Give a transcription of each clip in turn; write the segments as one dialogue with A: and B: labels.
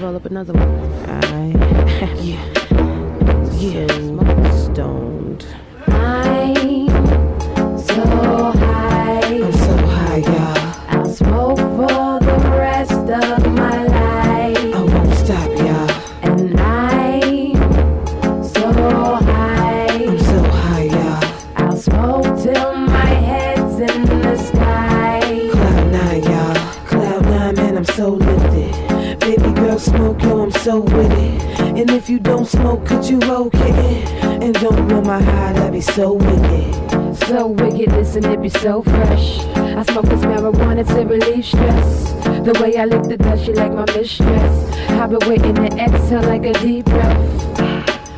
A: roll up another one.
B: I
A: Yeah.
B: yeah. stoned.
C: I'm so high.
B: I'm so high, y'all.
C: I'll smoke for the rest of my life.
B: I won't stop, y'all.
C: And I'm so
B: I'm
C: high.
B: so high, y'all.
C: I'll smoke till my head's in the sky.
B: Cloud nine, y'all. Cloud nine, man, I'm so lifted. Baby girl, smoke, yo, I'm so with it. And if you don't smoke, could you roll kitten? And don't blow my high, that be so wicked.
C: So wicked, listen, it be so fresh. I smoke this marijuana to relieve stress. The way I lick the dust, she like my mistress. I've been waiting to exhale like a deep breath.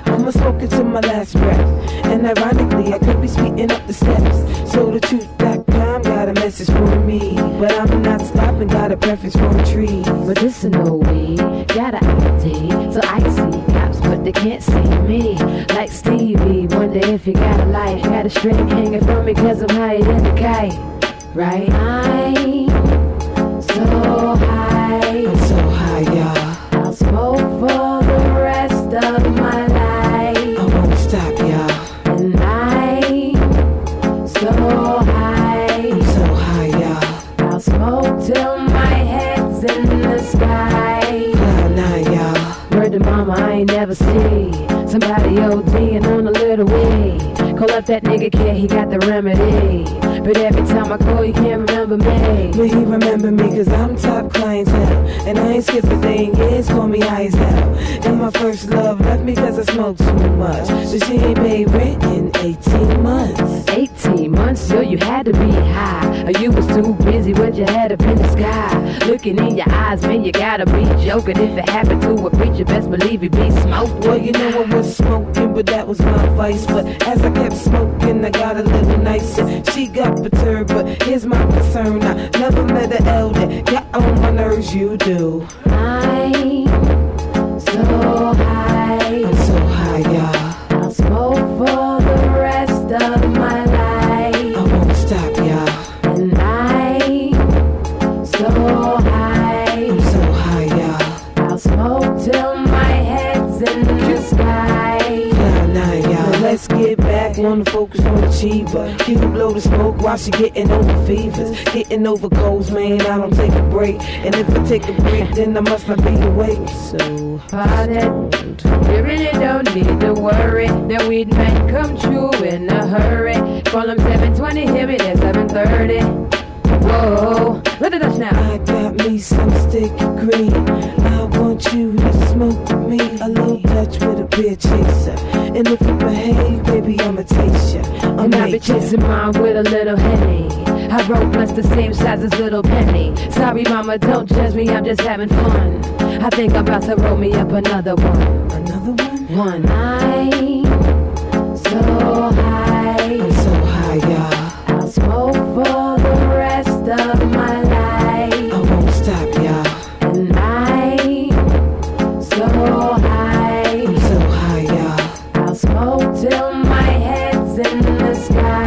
B: I'ma smoke it to my last breath. And ironically, I could be speeding up the steps. So the truth.com got a message for me. But I'm not stopping, got a preference for a tree.
C: Medicinal weed, got a ID, so I see cops, but they can't see me. Like Stevie, wonder if you got a light. Got a string hanging from me, cause I'm higher than the kite. Right? I'm so high.
B: I'm so high, y'all.
C: I'll smoke for the rest of my
B: I
C: life.
B: won't stop, y'all.
C: And I'm so high.
B: I'm so high, y'all.
C: I'll smoke till my head's in the sky.
B: Cloud nine, y'all.
C: Word to mama, I ain't never see somebody ODing on a little weed. Call up that nigga kid, he got the remedy. But every time I call, you can't remember me.
B: Will he remember me? Cause I'm top clientele. And I ain't skipped a thing, is call me high as hell. And my first love left me cause I smoked too much. So she ain't paid rent in 18 months.
C: 18 months, so you had to be high. Or you was too busy with your head up in the sky. Looking in your eyes, man, you gotta be joking. If it happened to a preacher, best believe you be smoked.
B: Well, you know I was smoking, but that was my vice. But as I kept smoking, I got a little nicer. She got perturbed, but here's my concern. I never met an elder. Got on my nerves, you do.
C: I'm so high.
B: I'm so high, y'all.
C: I'll smoke for the rest of my
B: I
C: life.
B: won't stop, y'all.
C: And I'm so
B: I'm
C: high.
B: so high, y'all.
C: I'll smoke till my head's in the sky.
B: Cloud nine, y'all. Let's get back on the focus on the Chiba. Can you blow the smoke while she getting over fevers? Getting over colds, man. I don't take a break. And if I take a break, then I must not be awake. So
C: Pardon, you really don't need to worry. The weed might come true in a hurry. Call him 720, here it is 730. Whoa, let it us now.
B: I got me some sticky green. I want you to smoke with me. A little touch with a beer chaser. And if you behave, baby, I'ma taste ya. I'ma
C: And I've been
B: make ya.
C: chasing mine with a little henny. I wrote blunts the same size as little penny. Sorry, mama, don't judge me, I'm just having fun. I think I'm about to roll me up another one.
B: Another one?
C: One. I'm so high.
B: I'm so high, y'all.
C: I'll smoke for the rest of my
B: I
C: life.
B: won't stop, y'all.
C: And I'm so
B: I'm
C: high.
B: so high, y'all.
C: I'll smoke till my head's in the sky.